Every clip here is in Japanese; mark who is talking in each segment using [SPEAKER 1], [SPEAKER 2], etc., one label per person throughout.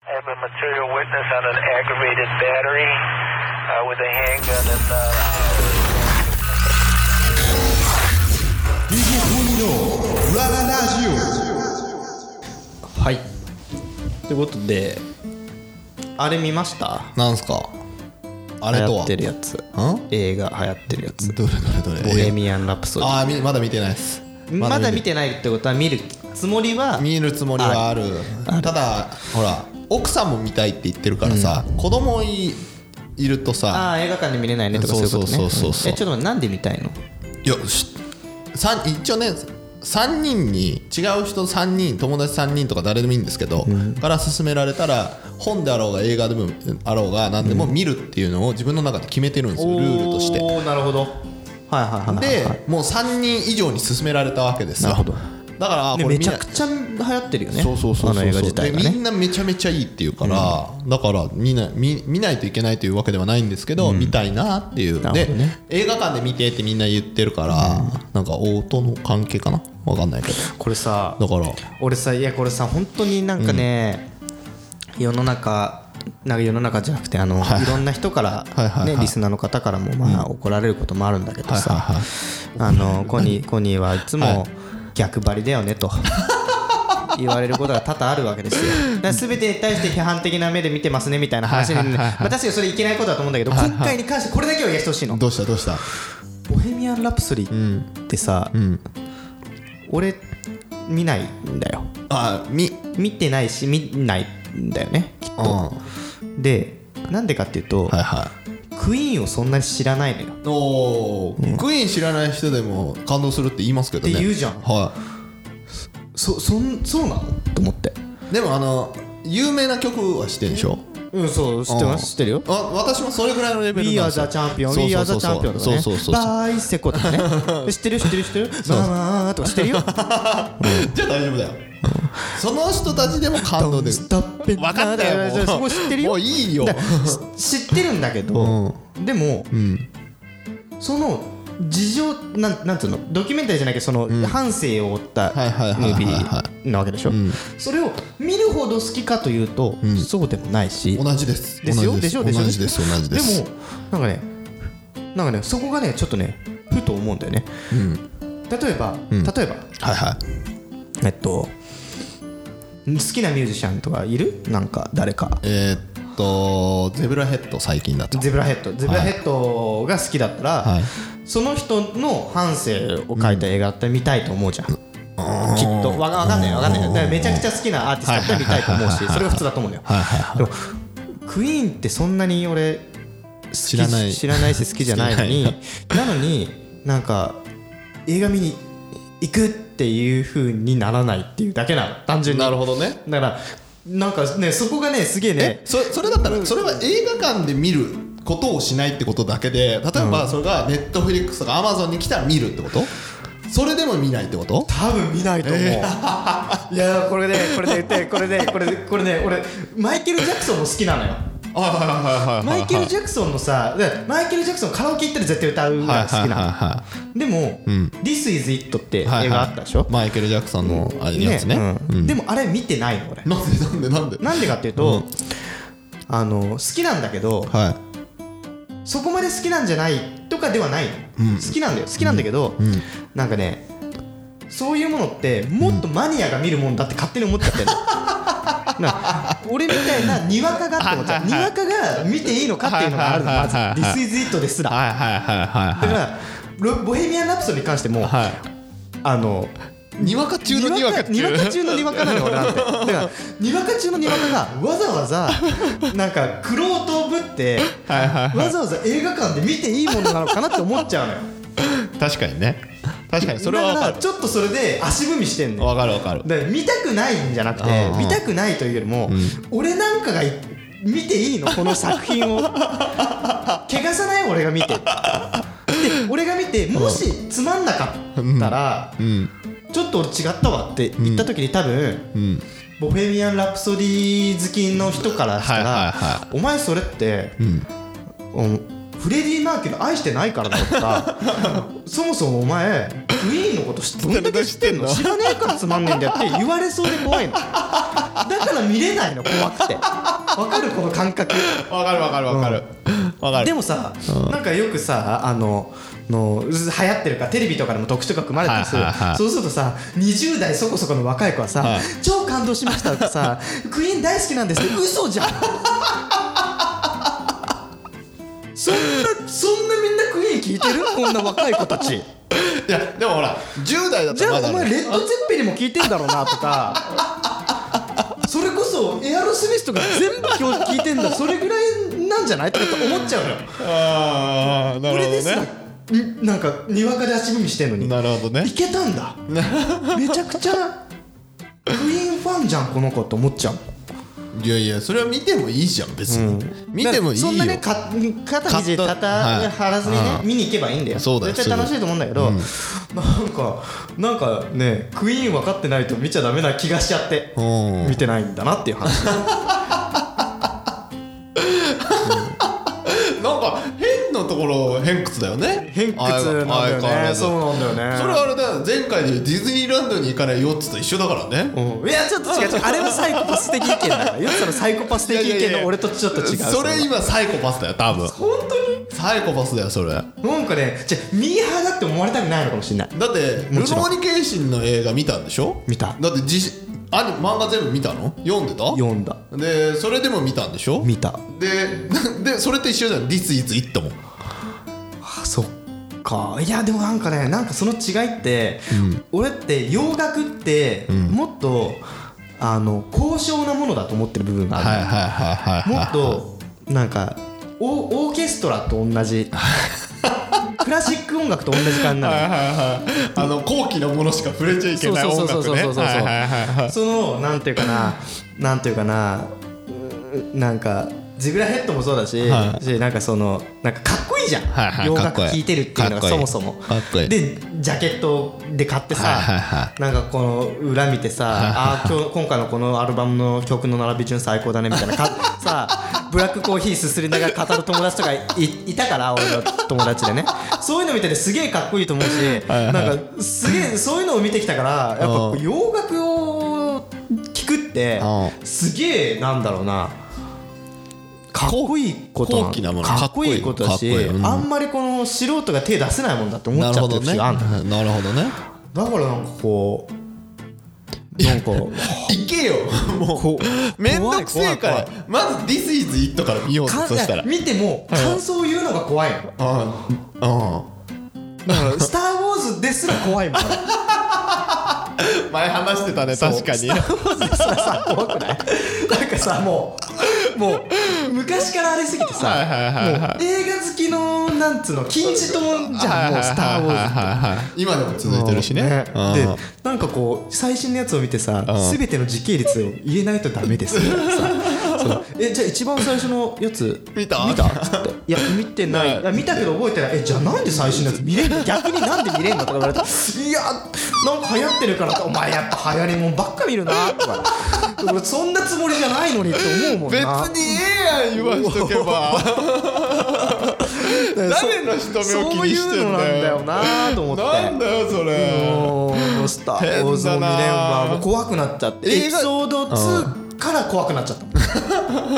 [SPEAKER 1] have a material witness on an aggravated battery uh, with a handgun and. Uh,
[SPEAKER 2] DJ トミーの裏ララ
[SPEAKER 3] はいってことであれ見ました
[SPEAKER 2] ジオなんすかあ
[SPEAKER 3] 流
[SPEAKER 2] れと
[SPEAKER 3] 行
[SPEAKER 2] は
[SPEAKER 3] ってるやつ
[SPEAKER 2] ん
[SPEAKER 3] 映画流行ってるやつ
[SPEAKER 2] どれどれどれ
[SPEAKER 3] 「ボヘミアン・ラプソディ
[SPEAKER 2] ああみまだ見てないっす」
[SPEAKER 3] まだ見
[SPEAKER 2] て
[SPEAKER 3] てないってことは見るつもりは
[SPEAKER 2] 見るつもりはあるただほら奥さんも見たいって言ってるからさ、子供いいるとさ
[SPEAKER 3] ああ映画館で見れないねとかそういうことね
[SPEAKER 2] そうそうそうそうそうん
[SPEAKER 3] えちょっと待ってなんで見たいの
[SPEAKER 2] いやしさん一応ね3人に違う人3人友達3人とか誰でもいいんですけど、から勧められたら本であろうが映画でもあろうが何でも見るっていうのを自分の中で決めてるんですよ、ルールとして
[SPEAKER 3] おーなるほどはいはいはいはい
[SPEAKER 2] で、
[SPEAKER 3] はい
[SPEAKER 2] もう3人以上に勧められたわけですよ
[SPEAKER 3] なるほど
[SPEAKER 2] だからあ
[SPEAKER 3] ね
[SPEAKER 2] これみ
[SPEAKER 3] め
[SPEAKER 2] ん
[SPEAKER 3] ち
[SPEAKER 2] な
[SPEAKER 3] ゃくちゃ流行ってるよね
[SPEAKER 2] そうそうそうそう
[SPEAKER 3] あの映画自体が
[SPEAKER 2] でみん
[SPEAKER 3] ね
[SPEAKER 2] なめちゃめちゃいいっていうから、だから見な見見ないといけないというわけではないんですけど、見たいなっていう
[SPEAKER 3] なる
[SPEAKER 2] で
[SPEAKER 3] ほどね
[SPEAKER 2] 映画館で見てってみんな言ってるから、なんか音の関係かなわかんないけど
[SPEAKER 3] これさ
[SPEAKER 2] だから
[SPEAKER 3] 俺さいやこれさ本当になんかね、世の中なんか世の中じゃなくてあの、い、ろんな人から、ね
[SPEAKER 2] はいはいはい
[SPEAKER 3] リスナーの方からも、まあ怒られることもあるんだけどさ、
[SPEAKER 2] はいはいはい
[SPEAKER 3] あのコニーコニーはいつ
[SPEAKER 2] は
[SPEAKER 3] も
[SPEAKER 2] い
[SPEAKER 3] 逆張りだよね と。言われることが多々あるわけですよ。だから全てに対して批判的な目で見てますねみたいな話に、まあ、確かにそれいけないことだと思うんだけど、今回に関してこれだけは言わせてほしいの。
[SPEAKER 2] どうしたどうした
[SPEAKER 3] ボヘミアン・ラプソディってさ、
[SPEAKER 2] ん
[SPEAKER 3] 俺見ないんだよ
[SPEAKER 2] あみ
[SPEAKER 3] 見てないし見ないんだよねきっ
[SPEAKER 2] うんは
[SPEAKER 3] とでなんでかっていうと、
[SPEAKER 2] いはい
[SPEAKER 3] クイーンをそんなに知らないのよ
[SPEAKER 2] おークイーン知らない人でも感動するって言いますけどね
[SPEAKER 3] って言うじゃん
[SPEAKER 2] は
[SPEAKER 3] そそんそうなのと思って
[SPEAKER 2] いでもあの有名な曲は知ってんでしょ
[SPEAKER 3] うんそう知ってます知ってるよ
[SPEAKER 2] あ私もそれぐらいのレベル
[SPEAKER 3] We
[SPEAKER 2] な
[SPEAKER 3] are
[SPEAKER 2] ん
[SPEAKER 3] the
[SPEAKER 2] ですよ
[SPEAKER 3] champion
[SPEAKER 2] そう
[SPEAKER 3] We
[SPEAKER 2] そ
[SPEAKER 3] are
[SPEAKER 2] う
[SPEAKER 3] the
[SPEAKER 2] そうそうそうそうそ
[SPEAKER 3] champion とかね
[SPEAKER 2] うそう
[SPEAKER 3] バイセコとかね 知ってる知ってる知ってるマママーとか知ってるよ
[SPEAKER 2] じゃあ大丈夫だよその人たちでも感動できる
[SPEAKER 3] スタッペ
[SPEAKER 2] 分かったよもう
[SPEAKER 3] そこ知ってるよ
[SPEAKER 2] もういいよ
[SPEAKER 3] だからし知ってるんだけど、でも、その事情なんなんつうのドキュメンタリーじゃないけどその、半生を追ったム
[SPEAKER 2] はいはいはいはい
[SPEAKER 3] ー
[SPEAKER 2] はい
[SPEAKER 3] ビーなわけでしょ、それを見るほど好きかというと、そうでもないし
[SPEAKER 2] 同じです
[SPEAKER 3] ですよ
[SPEAKER 2] 同
[SPEAKER 3] で
[SPEAKER 2] じ
[SPEAKER 3] しょでしょ
[SPEAKER 2] 同じです同じです
[SPEAKER 3] でもなんかねなんかねそこがねちょっとねふと思うんだよね、例えば、例えば
[SPEAKER 2] はいはい
[SPEAKER 3] えっと好きなミュージシャンとかいるなんか誰か
[SPEAKER 2] えーっとゼブラヘッド最近だと
[SPEAKER 3] ゼブラヘッドゼブラヘッドが好きだったら、
[SPEAKER 2] はい
[SPEAKER 3] その人の半生を描いた映画だったら見たいと思うじゃん、きっとわわかんないわかんないだからめちゃくちゃ好きなアーティストだったら見たいと思うしそれが普通だと思うのよでもクイーンってそんなに俺好き
[SPEAKER 2] 知らない
[SPEAKER 3] 知らないし好きじゃないのに
[SPEAKER 2] 知ら
[SPEAKER 3] なのになんか映画見に行くっていう風にならないっていうだけなの単純に
[SPEAKER 2] なるほどね
[SPEAKER 3] だからなんかねそこがねすげえね
[SPEAKER 2] そそれだったらそれは映画館で見ることをしないってことだけで例えばそれがネットフリックスとかアマゾンに来たら見るってことそれでも見ないってこと
[SPEAKER 3] 多分見ないと思う、 いやこれねこれねでこれねこれねこれね俺マイケル・ジャクソンも好きなのよ
[SPEAKER 2] はいはいはいはい
[SPEAKER 3] マイケル・ジャクソンのさでマイケル・ジャクソンカラオケ行ったら絶対歌うのが好きなの、でも、This is It」って映画あったでしょ、
[SPEAKER 2] マイケル・ジャクソンのあれのやつね
[SPEAKER 3] うん
[SPEAKER 2] うん
[SPEAKER 3] でもあれ見てないの俺
[SPEAKER 2] なんでなんでなんで
[SPEAKER 3] なんでかっていうと、あの好きなんだけど
[SPEAKER 2] は
[SPEAKER 3] そこまで好きなんじゃないとかではないの、好きなんだよ好きなんだけど、なんかねそういうものってもっとマニアが見るもんだって勝手に思っち ゃってるな俺みたいなにわかがって 思っちゃうにわかが見ていいのかっていうのがあるの
[SPEAKER 2] はい
[SPEAKER 3] ま
[SPEAKER 2] はいはいはい
[SPEAKER 3] ず「This is It」ですら
[SPEAKER 2] いはいはいはい
[SPEAKER 3] だからロ「ボヘミアン・ラプソディ」に関しても
[SPEAKER 2] はい
[SPEAKER 3] あの
[SPEAKER 2] にわか中のにわか中
[SPEAKER 3] にわか中のにわかなの 俺なんてだからにわか中のにわかがわざわざなんか玄人をぶって わざわざ映画館で見ていいものなのかなって思っちゃうのよ
[SPEAKER 2] 確かにね確か にそれは
[SPEAKER 3] だ
[SPEAKER 2] わ
[SPEAKER 3] か
[SPEAKER 2] から
[SPEAKER 3] ちょっとそれで足踏みしてん
[SPEAKER 2] る
[SPEAKER 3] のよ
[SPEAKER 2] わかるわかる
[SPEAKER 3] だから見たくないんじゃなくて
[SPEAKER 2] うんうん
[SPEAKER 3] 見たくないというよりも俺なんかがい見ていいのこの作 品を汚さない俺が見てで俺が見てもしつまんなかったら
[SPEAKER 2] うん
[SPEAKER 3] ちょっと俺違ったわって言った時に多分
[SPEAKER 2] うん
[SPEAKER 3] ボヘミアン・ラプソディ好きの人からしたら、
[SPEAKER 2] はいはいは
[SPEAKER 3] お前それって、
[SPEAKER 2] ん
[SPEAKER 3] おフレディ・マーキュリー愛してないからだろ」と か「そもそもお前ウィーンのこと知ってどんだけ知ってんの知らねえからつまんねえんだよ」って言われそうで怖いのだから見れないの怖くてわかるこの感覚
[SPEAKER 2] わかるわかるわかるわかる
[SPEAKER 3] でもさ、なんかよくさあのの流行ってるからテレビとかでも特殊とか組まれたりする、
[SPEAKER 2] はいはいはい
[SPEAKER 3] そうするとさ20代そこそこの若い子はさ、
[SPEAKER 2] はい
[SPEAKER 3] 超感動しましたと かさクイーン大好きなんですって嘘じゃんそんなそんなみんなクイーン聞いてるこんな若い子た ち
[SPEAKER 2] いやでもほら10代だっ
[SPEAKER 3] じ
[SPEAKER 2] たら
[SPEAKER 3] ゃあ
[SPEAKER 2] ま
[SPEAKER 3] お
[SPEAKER 2] だ
[SPEAKER 3] 前レ
[SPEAKER 2] ね
[SPEAKER 3] ッド・ゼッペリンも聞いてんだろうなとかそれこそエアロスミスとか全部今日聞いてんだそれぐらいなんじゃないとかって思っちゃうのよ
[SPEAKER 2] ああな
[SPEAKER 3] こ
[SPEAKER 2] る
[SPEAKER 3] れ
[SPEAKER 2] ほ
[SPEAKER 3] で
[SPEAKER 2] ど
[SPEAKER 3] すら
[SPEAKER 2] ね
[SPEAKER 3] んなんかにわかで足踏みしてんのに
[SPEAKER 2] なるほどね
[SPEAKER 3] いけたんだめちゃくちゃクイーンファンじゃんこの子って思っちゃう
[SPEAKER 2] いやいやそれは見てもいいじゃん別に、見てもいいよ
[SPEAKER 3] そんなねか肩肘
[SPEAKER 2] 買
[SPEAKER 3] た
[SPEAKER 2] った
[SPEAKER 3] た
[SPEAKER 2] はい
[SPEAKER 3] 張らずにね、
[SPEAKER 2] うん
[SPEAKER 3] 見に行けばいいんだよ
[SPEAKER 2] そうだよ
[SPEAKER 3] 絶対楽しいと思うんだけど、なんかなんかねクイーン分かってないと見ちゃダメな気がしちゃって
[SPEAKER 2] うん
[SPEAKER 3] 見てないんだなっていう話
[SPEAKER 2] なんか変なところ偏屈だよね
[SPEAKER 3] 偏屈なんだ
[SPEAKER 2] 相
[SPEAKER 3] よ
[SPEAKER 2] 変わ
[SPEAKER 3] ね
[SPEAKER 2] らず
[SPEAKER 3] そうなんだよね
[SPEAKER 2] それはあれだよ前回で言うディズニーランドに行かない4つと一緒だからね、
[SPEAKER 3] うんいやちょっと違う 違うあれはサイコパス的意見だからよくそのサイコパス的意見の俺とちょっと違う
[SPEAKER 2] それ今サイコパスだよ多分
[SPEAKER 3] 本当に
[SPEAKER 2] サイコパスだよそれだ
[SPEAKER 3] なんかね、じゃあミーハーだって思われたくないのかもしれない。
[SPEAKER 2] ってル
[SPEAKER 3] もちろん
[SPEAKER 2] ノーニケンシンの映画見たんでしょ
[SPEAKER 3] 見た
[SPEAKER 2] だってじアニ漫画全部見たの読んでた
[SPEAKER 3] 読んだ。
[SPEAKER 2] でそれでも見たんでしょ
[SPEAKER 3] 見た。
[SPEAKER 2] で でそれと一緒じゃん「This is it」も
[SPEAKER 3] あ、そっか。いや、でもなんかね、なんかその違いって、俺って洋楽って、もっと、あの、高尚なものだと思ってる部分がある。
[SPEAKER 2] はいはいはいはい
[SPEAKER 3] も
[SPEAKER 2] は
[SPEAKER 3] っと、なんか、オオーケストラと同 じ。クラシック音楽と同じ感じなの。
[SPEAKER 2] いあの高貴なものしか触れちゃいけない音楽ね
[SPEAKER 3] そうそうそうそうそうそう
[SPEAKER 2] はいはいはいはい
[SPEAKER 3] そのなんていうかななんていうかなうーなんかジグラヘッドもそうだし,、
[SPEAKER 2] は
[SPEAKER 3] しなんかそのなんかかっこいいじゃん、
[SPEAKER 2] はいはい
[SPEAKER 3] 洋
[SPEAKER 2] かっ
[SPEAKER 3] 楽
[SPEAKER 2] こいい
[SPEAKER 3] 聴いてるっていうのが
[SPEAKER 2] かっこ
[SPEAKER 3] そ
[SPEAKER 2] い
[SPEAKER 3] も
[SPEAKER 2] い
[SPEAKER 3] そも
[SPEAKER 2] かっこいい
[SPEAKER 3] でジャケットで買ってさ、
[SPEAKER 2] はいはいは
[SPEAKER 3] なんかこの裏見てさ、あー今日今回のこのアルバムの曲の並び順最高だねみたい なかさあブラックコーヒーすすりながら語る友達とかいいたから俺の友達でねそういうの見ててすげえかっこいいと思うし、なんかすげえそういうのを見てきたからやっぱこ
[SPEAKER 2] う
[SPEAKER 3] うん洋楽を聴くって
[SPEAKER 2] う
[SPEAKER 3] すげえなんだろうなかっこいいこと
[SPEAKER 2] 高貴なもの
[SPEAKER 3] かっこいい
[SPEAKER 2] か
[SPEAKER 3] こ
[SPEAKER 2] っこといい
[SPEAKER 3] だし
[SPEAKER 2] かっこいいうん
[SPEAKER 3] あんまりこの素人が手出せないもんだって思
[SPEAKER 2] な
[SPEAKER 3] っ
[SPEAKER 2] る
[SPEAKER 3] ちゃ
[SPEAKER 2] ほ
[SPEAKER 3] って
[SPEAKER 2] ど
[SPEAKER 3] る
[SPEAKER 2] ね
[SPEAKER 3] 節があるんだ
[SPEAKER 2] なるほどね
[SPEAKER 3] だからなんかこうなんか
[SPEAKER 2] 行けよも
[SPEAKER 3] こ
[SPEAKER 2] うめんどくせえからまず「This is it」から見よう
[SPEAKER 3] か
[SPEAKER 2] そしたら
[SPEAKER 3] 見ても感想を言うのが怖いの
[SPEAKER 2] ああ
[SPEAKER 3] だから「スター・ウォーズ」ですら怖 いもん
[SPEAKER 2] 前話してたね確かに
[SPEAKER 3] そうスター・ウォーズ」ですらさ怖くないなんかさもうもう昔からあれすぎてさ
[SPEAKER 2] はいはいはいはい
[SPEAKER 3] もう映画好きのなんつうの金字塔じゃんもう「スター・ウォーズ」って
[SPEAKER 2] ーズ今でも続いてるしね
[SPEAKER 3] で
[SPEAKER 2] うん
[SPEAKER 3] なんかこう最新のやつを見てさ
[SPEAKER 2] うん
[SPEAKER 3] 全ての時系列を言えないとダメ ですみたいなさそうえじゃあ一番最初のやつ
[SPEAKER 2] 見た
[SPEAKER 3] 見たつって いや見てな
[SPEAKER 2] ないい
[SPEAKER 3] いや見たけど覚えてないえじゃあなんで最新のやつ見れんの逆になんで見れんのとか言われ ていやなんか流行ってるからってお前やっぱ流行りもんばっか見る なとか俺そんなつもりじゃないのにって思うもん
[SPEAKER 2] 別
[SPEAKER 3] な
[SPEAKER 2] にええや ん言わしとけば誰の人目を気にしてん
[SPEAKER 3] そういう
[SPEAKER 2] だよ
[SPEAKER 3] のなんだよなと思って
[SPEAKER 2] なんだよそれ
[SPEAKER 3] もうスター・ウォーズも見れんわもう怖くなっちゃって
[SPEAKER 2] 映画
[SPEAKER 3] エピソード2から怖くなっちゃった もう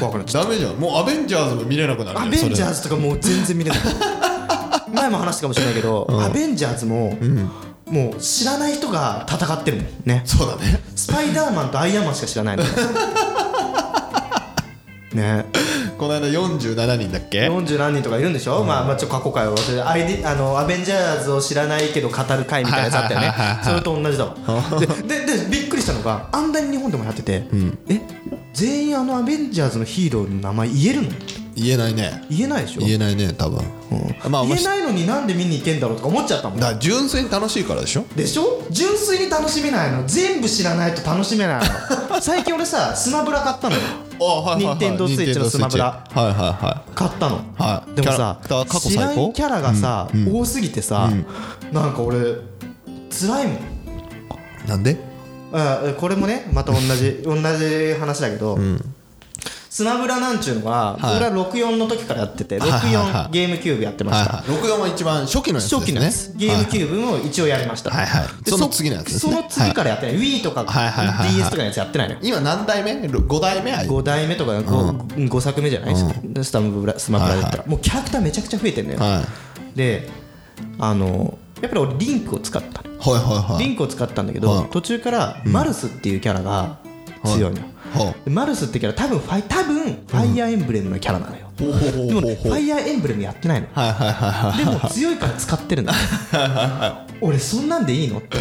[SPEAKER 3] 怖くなっちゃっ
[SPEAKER 2] ダメじゃんもうアベンジャーズも見れなくなる
[SPEAKER 3] た
[SPEAKER 2] じ
[SPEAKER 3] ア
[SPEAKER 2] ゃん
[SPEAKER 3] ベンジャー
[SPEAKER 2] そ
[SPEAKER 3] ズとかもう全然見 れない前も話したかもしれないけど、アベンジャーズも、もう知らない人が戦ってるもん
[SPEAKER 2] れ
[SPEAKER 3] ね
[SPEAKER 2] そうだね
[SPEAKER 3] スパイダーマンとアイアンマンしか知 らないのねね
[SPEAKER 2] この間47人だっけ
[SPEAKER 3] 40何人とかいるんでしょ、まあ、まあちょっと過去回を忘れてアイディあのアベンジャーズを知らないけど語る回みたいなやつあったよね
[SPEAKER 2] はいはいはいはい
[SPEAKER 3] それと同じ だわでででびっくりしたのがあんなに日本でもやってて、え全員あのアベンジャーズのヒーローの名前言えるの
[SPEAKER 2] 言えないね
[SPEAKER 3] 言えないでしょ
[SPEAKER 2] 言えないね多分まあお
[SPEAKER 3] 言
[SPEAKER 2] 前
[SPEAKER 3] えないのになんで見に行けんだろうとか思っちゃったもん
[SPEAKER 2] だから純粋に楽しいからでしょ
[SPEAKER 3] でしょ純粋に楽しめないの全部知らないと楽しめない の最近俺さスマブラ買ったのよ
[SPEAKER 2] あはいはいはい
[SPEAKER 3] Nintendo Switch のスマブラ
[SPEAKER 2] Nintendo Switch はいは
[SPEAKER 3] 買ったの、
[SPEAKER 2] はい
[SPEAKER 3] でもさ
[SPEAKER 2] キャラ過去
[SPEAKER 3] 知ら
[SPEAKER 2] 最高
[SPEAKER 3] んキャラがさ、多すぎてさ、なんか俺辛いもん
[SPEAKER 2] いはいなんで
[SPEAKER 3] あこれもねまた同じ同じ話だけど、スマブラなんちゅうのは、
[SPEAKER 2] はい
[SPEAKER 3] 俺は64の時からやってて、
[SPEAKER 2] はいはいはいはい
[SPEAKER 3] 64ゲームキューブやってました。
[SPEAKER 2] はいはい、録画も一番初期のやつですね
[SPEAKER 3] 初期のやつ、ゲームキューブも一応やりました。
[SPEAKER 2] はいはい
[SPEAKER 3] で
[SPEAKER 2] その次のやつです
[SPEAKER 3] そ
[SPEAKER 2] ね
[SPEAKER 3] の次からやってない。Wii とか
[SPEAKER 2] はいはいはいはい
[SPEAKER 3] DS とかのやつやってないのよ。
[SPEAKER 2] 今何代目 ?5 代目あい
[SPEAKER 3] 5代目とか 5,、五作目じゃないですか、スタムブラスマブラだったら、
[SPEAKER 2] はいは
[SPEAKER 3] もうキャラクターめちゃくちゃ増えてんだよ、
[SPEAKER 2] はい
[SPEAKER 3] であのやっぱり俺リンクを使ったの
[SPEAKER 2] はいはいは
[SPEAKER 3] リ
[SPEAKER 2] い
[SPEAKER 3] ンクを使ったんだけど、
[SPEAKER 2] はい
[SPEAKER 3] 途中からマルスっていうキャラが強いのよ、
[SPEAKER 2] ほ
[SPEAKER 3] でマルスってキャラ多分ファイ多分ファイアーエンブレムのキャラなのよ、
[SPEAKER 2] うほうほうほう
[SPEAKER 3] でも
[SPEAKER 2] ほう
[SPEAKER 3] ねファイアーエンブレムやってないの
[SPEAKER 2] はいはいはいはい
[SPEAKER 3] でも強いから使って るんだ俺そんなんでいいのって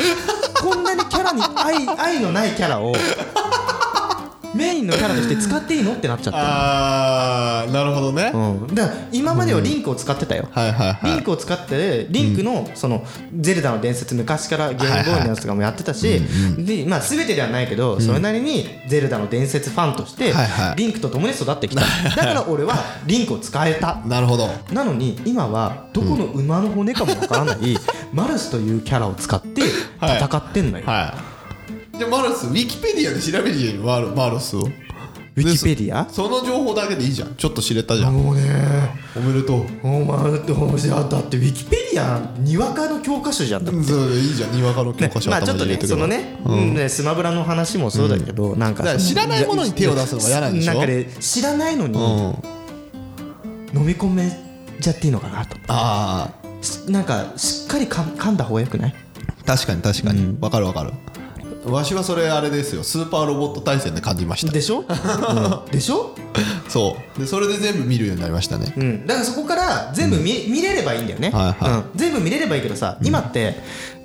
[SPEAKER 3] こんなにキャラに愛 愛のないキャラをメインのキャラとして使っていいのってなっちゃった
[SPEAKER 2] あーなるほどね、
[SPEAKER 3] うん、だから今まではリンクを使ってたよ、
[SPEAKER 2] はいはいはい
[SPEAKER 3] リンクを使ってリンクのそのゼルダの伝説昔からゲームボーイのやつとかもやってたしでまあ全てではないけどそれなりにゼルダの伝説ファンとして
[SPEAKER 2] はいはい
[SPEAKER 3] リンクと共に 育ってきただから俺はリンクを使えた
[SPEAKER 2] なるほど
[SPEAKER 3] なのに今はどこの馬の骨かもわからないマルスというキャラを使って戦ってんのよ
[SPEAKER 2] はいじゃあマルスウィキペディアで調べるじゃんマルマルスをウ
[SPEAKER 3] ウィキペディア
[SPEAKER 2] その情報だけでいいじゃんちょっと知れたじゃん
[SPEAKER 3] もうね
[SPEAKER 2] おめでとう
[SPEAKER 3] お前だって面白かったってウィキペディアにわかの教科書じゃんだって
[SPEAKER 2] そういいじゃんにわかの教
[SPEAKER 3] ね
[SPEAKER 2] 科書
[SPEAKER 3] まあち
[SPEAKER 2] 頭
[SPEAKER 3] ょっ
[SPEAKER 2] に
[SPEAKER 3] と
[SPEAKER 2] 入れ
[SPEAKER 3] ね
[SPEAKER 2] て
[SPEAKER 3] そ
[SPEAKER 2] く
[SPEAKER 3] の
[SPEAKER 2] る
[SPEAKER 3] ね,、うん、ねスマブラの話もそうだけど、なんか
[SPEAKER 2] だから知らないものに手を出すのが嫌なんでしょ
[SPEAKER 3] なんかね知らないのに
[SPEAKER 2] うん
[SPEAKER 3] 飲み込めちゃっていいのかなと
[SPEAKER 2] あ
[SPEAKER 3] しなんかしっかりか噛んだ方がよくない
[SPEAKER 2] あ確かに確かにわ、かるわかるわしはそれあれですよスーパーロボット対戦で感じました
[SPEAKER 3] でしょ、うんでしょ、
[SPEAKER 2] そうでそれで全部見るようになりましたね
[SPEAKER 3] うん、だからそこから全部見,、見れればいいんだよね、
[SPEAKER 2] はいはい
[SPEAKER 3] うん、全部見れればいいけどさ、今って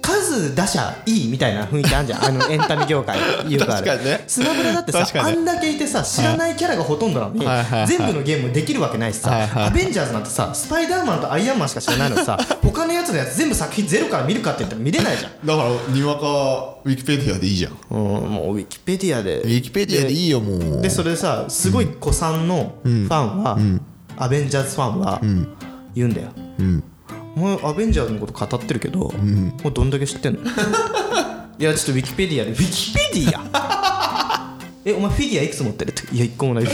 [SPEAKER 3] 数打者いいみたいな雰囲気ある じゃんあのエンタメ業界よくあ
[SPEAKER 2] 確
[SPEAKER 3] る
[SPEAKER 2] かにね
[SPEAKER 3] スマブラだってさ
[SPEAKER 2] 確か
[SPEAKER 3] あ
[SPEAKER 2] に
[SPEAKER 3] んだけいてさ知らないキャラがほとんどなのに、
[SPEAKER 2] はいはいはい
[SPEAKER 3] 全部のゲームできるわけないしさ、
[SPEAKER 2] はいはいはい
[SPEAKER 3] アベンジャーズなんてさスパイダーマンとアイアンマンしか知らないのにさ他のやつのやつ全部作品ゼロから見るかって言ったら見れないじゃん、
[SPEAKER 2] だからにわかウィキペディアでいいじゃんウ
[SPEAKER 3] うん、もうウィキペディアで
[SPEAKER 2] ィキペディアでいいよもう
[SPEAKER 3] でそれでさすごい子さんのファンは、アベンジャーズファンは言うんだよ、
[SPEAKER 2] ん
[SPEAKER 3] お前アベンジャーズのこと語ってるけど、もうどんだけ知ってんの いやちょっとウィキペディアでウィキペディア えお前フィギュアいくつ持ってるっていや一個 もない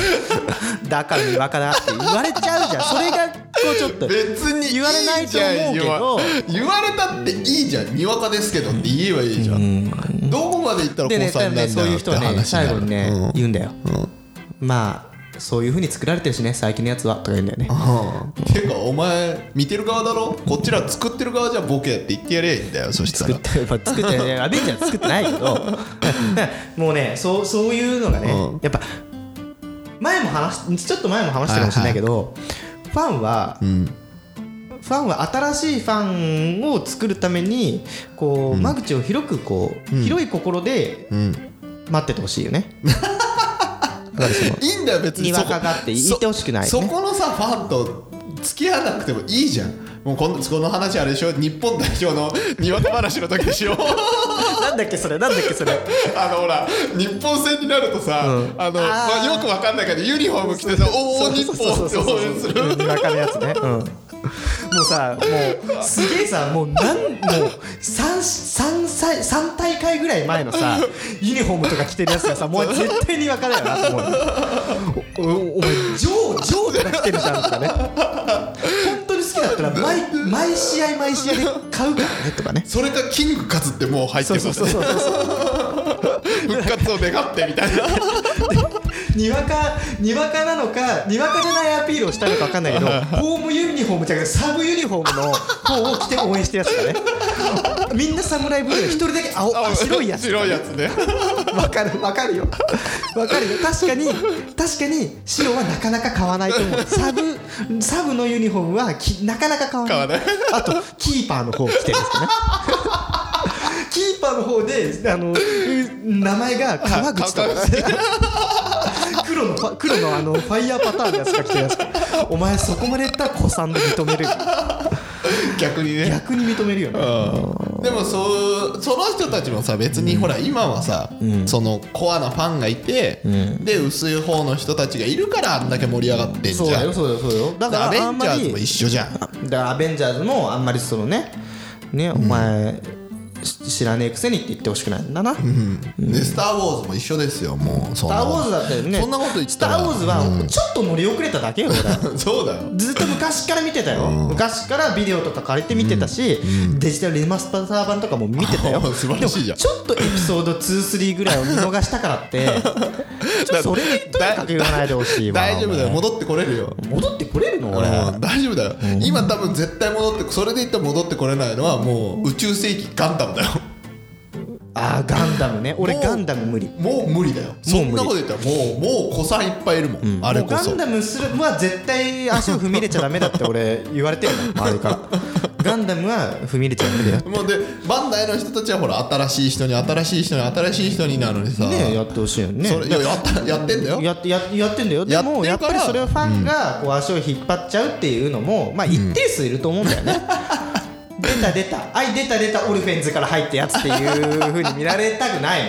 [SPEAKER 3] だからにわかだって言われちゃうじゃんそれがこうちょっと
[SPEAKER 2] 別にいいじゃん
[SPEAKER 3] 言われないと思うけど
[SPEAKER 2] 言われたっていいじゃんにわかですけどって言えばいいじゃん、どこまで行ったら
[SPEAKER 3] で
[SPEAKER 2] 高
[SPEAKER 3] ね多
[SPEAKER 2] 三
[SPEAKER 3] 分
[SPEAKER 2] な
[SPEAKER 3] ね
[SPEAKER 2] ん
[SPEAKER 3] そう
[SPEAKER 2] だよっ
[SPEAKER 3] いう
[SPEAKER 2] て
[SPEAKER 3] 人はね
[SPEAKER 2] 話に
[SPEAKER 3] 最
[SPEAKER 2] な
[SPEAKER 3] 後
[SPEAKER 2] る
[SPEAKER 3] にね、
[SPEAKER 2] うん
[SPEAKER 3] 言うんだよ、まあそういうふうに作られてるしね最近のやつはとか言うんだよね
[SPEAKER 2] てかお前見てる側だろこっちら作ってる側じゃボケやって言ってやりゃいいんだよそした
[SPEAKER 3] 作
[SPEAKER 2] ら
[SPEAKER 3] って、まあ、作って ね、アベンジャーズ作ってないけど、 もうね、そう、そういうのがね、
[SPEAKER 2] うん
[SPEAKER 3] やっぱ。前も話し、ちょっと前も話したかもしれないけど、ファンは、
[SPEAKER 2] ん
[SPEAKER 3] ファンは新しいファンを作るために、こう、間口を広く、こう、広い心で
[SPEAKER 2] うん
[SPEAKER 3] 待っててほしいよね。だからその
[SPEAKER 2] いいんだよ別に
[SPEAKER 3] に
[SPEAKER 2] そ
[SPEAKER 3] わ
[SPEAKER 2] こ
[SPEAKER 3] かがあって言ってほしくないね
[SPEAKER 2] そそこのさファンと付き合わなくてもいいじゃんもうこのこの話あれでしょ日本代表のにわか話の時でしょ
[SPEAKER 3] なんだっけ、それ、なんだっけ、それ。
[SPEAKER 2] あのほら日本戦になるとさ、
[SPEAKER 3] うん
[SPEAKER 2] あの
[SPEAKER 3] あー
[SPEAKER 2] まあ、よくわかんないけどユニフォーム着てさ「おお日本」って応援する
[SPEAKER 3] にわかのやつね、うん、もうさもうすげえさもうなんもう 3, 三歳三大会ぐらい前のさユニフォームとか着てるやつがさもう絶対にわかだよなと思うおおお前ジョージョーとか着てるじゃんとかね本当に好きだったら毎毎試合毎試合で買うからねとかね
[SPEAKER 2] それかキング勝つってもう入って
[SPEAKER 3] そう
[SPEAKER 2] る
[SPEAKER 3] そうそうそう
[SPEAKER 2] 復活を願ってみたいな
[SPEAKER 3] にわかにわかなのかにわかじゃないアピールをしたのか分かんな いけどホームユニフォームじゃなくてサブユニフォームの方を着て応援してるやつ だねみんな侍ブルーで一人だけ青あ 白いやつ
[SPEAKER 2] 白いやつね
[SPEAKER 3] わかるわかるよわかるよ確かに確かに白はなかなか買わないと思うサブサブのユニフォームはきなかなか買わない
[SPEAKER 2] 買わない
[SPEAKER 3] あとキーパーの方を着てるんです かねキーパーの方であのう名前が川口とか
[SPEAKER 2] 川
[SPEAKER 3] 黒のパ黒のあのファイヤーパターンのやつが着てるやつお前そこまでいったら子さんで認める
[SPEAKER 2] 逆にね
[SPEAKER 3] 逆に認めるよね
[SPEAKER 2] でもそうその人たちもさ別にほら今はさ、そのコアなファンがいて、で薄い方の人たちがいるからあんだけ盛り上がってんじゃん
[SPEAKER 3] そうだよそうだよだ
[SPEAKER 2] だからア
[SPEAKER 3] あ
[SPEAKER 2] ベ
[SPEAKER 3] ん
[SPEAKER 2] ンジ
[SPEAKER 3] ま
[SPEAKER 2] ャーズ
[SPEAKER 3] り
[SPEAKER 2] も一緒じゃん
[SPEAKER 3] だからアベンジャーズもあんまりそのねねお前、し知らねえくせにって言ってほしくないんだな、
[SPEAKER 2] うんで「スター・ウォーズ」も一緒ですよもうそ
[SPEAKER 3] ス
[SPEAKER 2] ん
[SPEAKER 3] タ
[SPEAKER 2] な
[SPEAKER 3] ー・ウォーズだってね
[SPEAKER 2] そんなこと言っ
[SPEAKER 3] ス
[SPEAKER 2] て
[SPEAKER 3] タ
[SPEAKER 2] たら
[SPEAKER 3] ー・ウォーズはちょっと乗り遅れただけよ俺 は
[SPEAKER 2] そうだよ
[SPEAKER 3] ずっと昔から見てたよ、昔からビデオとか借りて見てたし、デジタルリマスター版とかも見て たよ
[SPEAKER 2] 素晴らしいじゃん
[SPEAKER 3] でもちょっとエピソード23ぐらいを見逃したからってちょっとそれでとにかく言わないでほしいわ
[SPEAKER 2] 大丈夫だよ
[SPEAKER 3] お前
[SPEAKER 2] 戻ってこれるよ
[SPEAKER 3] 戻ってこれるの
[SPEAKER 2] 俺
[SPEAKER 3] 俺
[SPEAKER 2] 大丈夫だよ今多分絶対戻ってそれで言ったら戻ってこれないのはもう宇宙世紀ガンダムだよ
[SPEAKER 3] あーガンダムね俺
[SPEAKER 2] もう
[SPEAKER 3] ガンダム無理
[SPEAKER 2] もう無理だよそんなこと言ったらもうもう子さんいっぱいいるもん、あれ
[SPEAKER 3] もう
[SPEAKER 2] こ
[SPEAKER 3] ガ
[SPEAKER 2] そ
[SPEAKER 3] ンダムするは絶対足を踏み入れちゃダメだって 俺言われてるの周りからガンダムは踏み入れちゃダメだよ
[SPEAKER 2] もうでバンダイの人たちはほら新しい人に新しい人に新しい人になるのにさ、
[SPEAKER 3] ねやってほしいよね
[SPEAKER 2] それいややったやってんだよ
[SPEAKER 3] やってややってんだよで
[SPEAKER 2] やってる
[SPEAKER 3] もやっぱり
[SPEAKER 2] から
[SPEAKER 3] それはファンがこう足を引っ張っちゃうっていうのもまあ一定数いると思う んだよね、出た出たあい出た出たオルフェンズから入ったやつっていう風に見られたくないの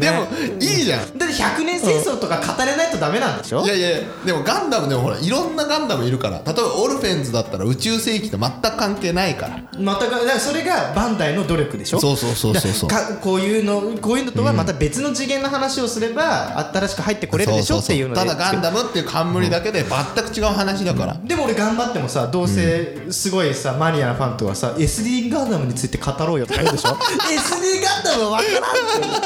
[SPEAKER 2] でも、いいじゃん
[SPEAKER 3] だって100年戦争とか語れないとダメなんでしょ、
[SPEAKER 2] いやいやでもガンダムでもほらいろんなガンダムいるから例えばオルフェンズだったら宇宙世紀と全く関係ないから
[SPEAKER 3] またがだからそれがバンダイの努力でしょ
[SPEAKER 2] そうそうそうそうそう
[SPEAKER 3] だからかこういうのこういうのとはまた別の次元の話をすれば新しく入ってこれるでしょ
[SPEAKER 2] そ
[SPEAKER 3] っ
[SPEAKER 2] そ
[SPEAKER 3] ていう
[SPEAKER 2] そ
[SPEAKER 3] ので
[SPEAKER 2] ただガンダムっていう冠だけで全く違う話だから、
[SPEAKER 3] でも俺頑張ってもさどうせすごいさ、マニアなファンとはさ SD ガンダムについて語ろうよとか言う でしょ SD ガンダムは分からんって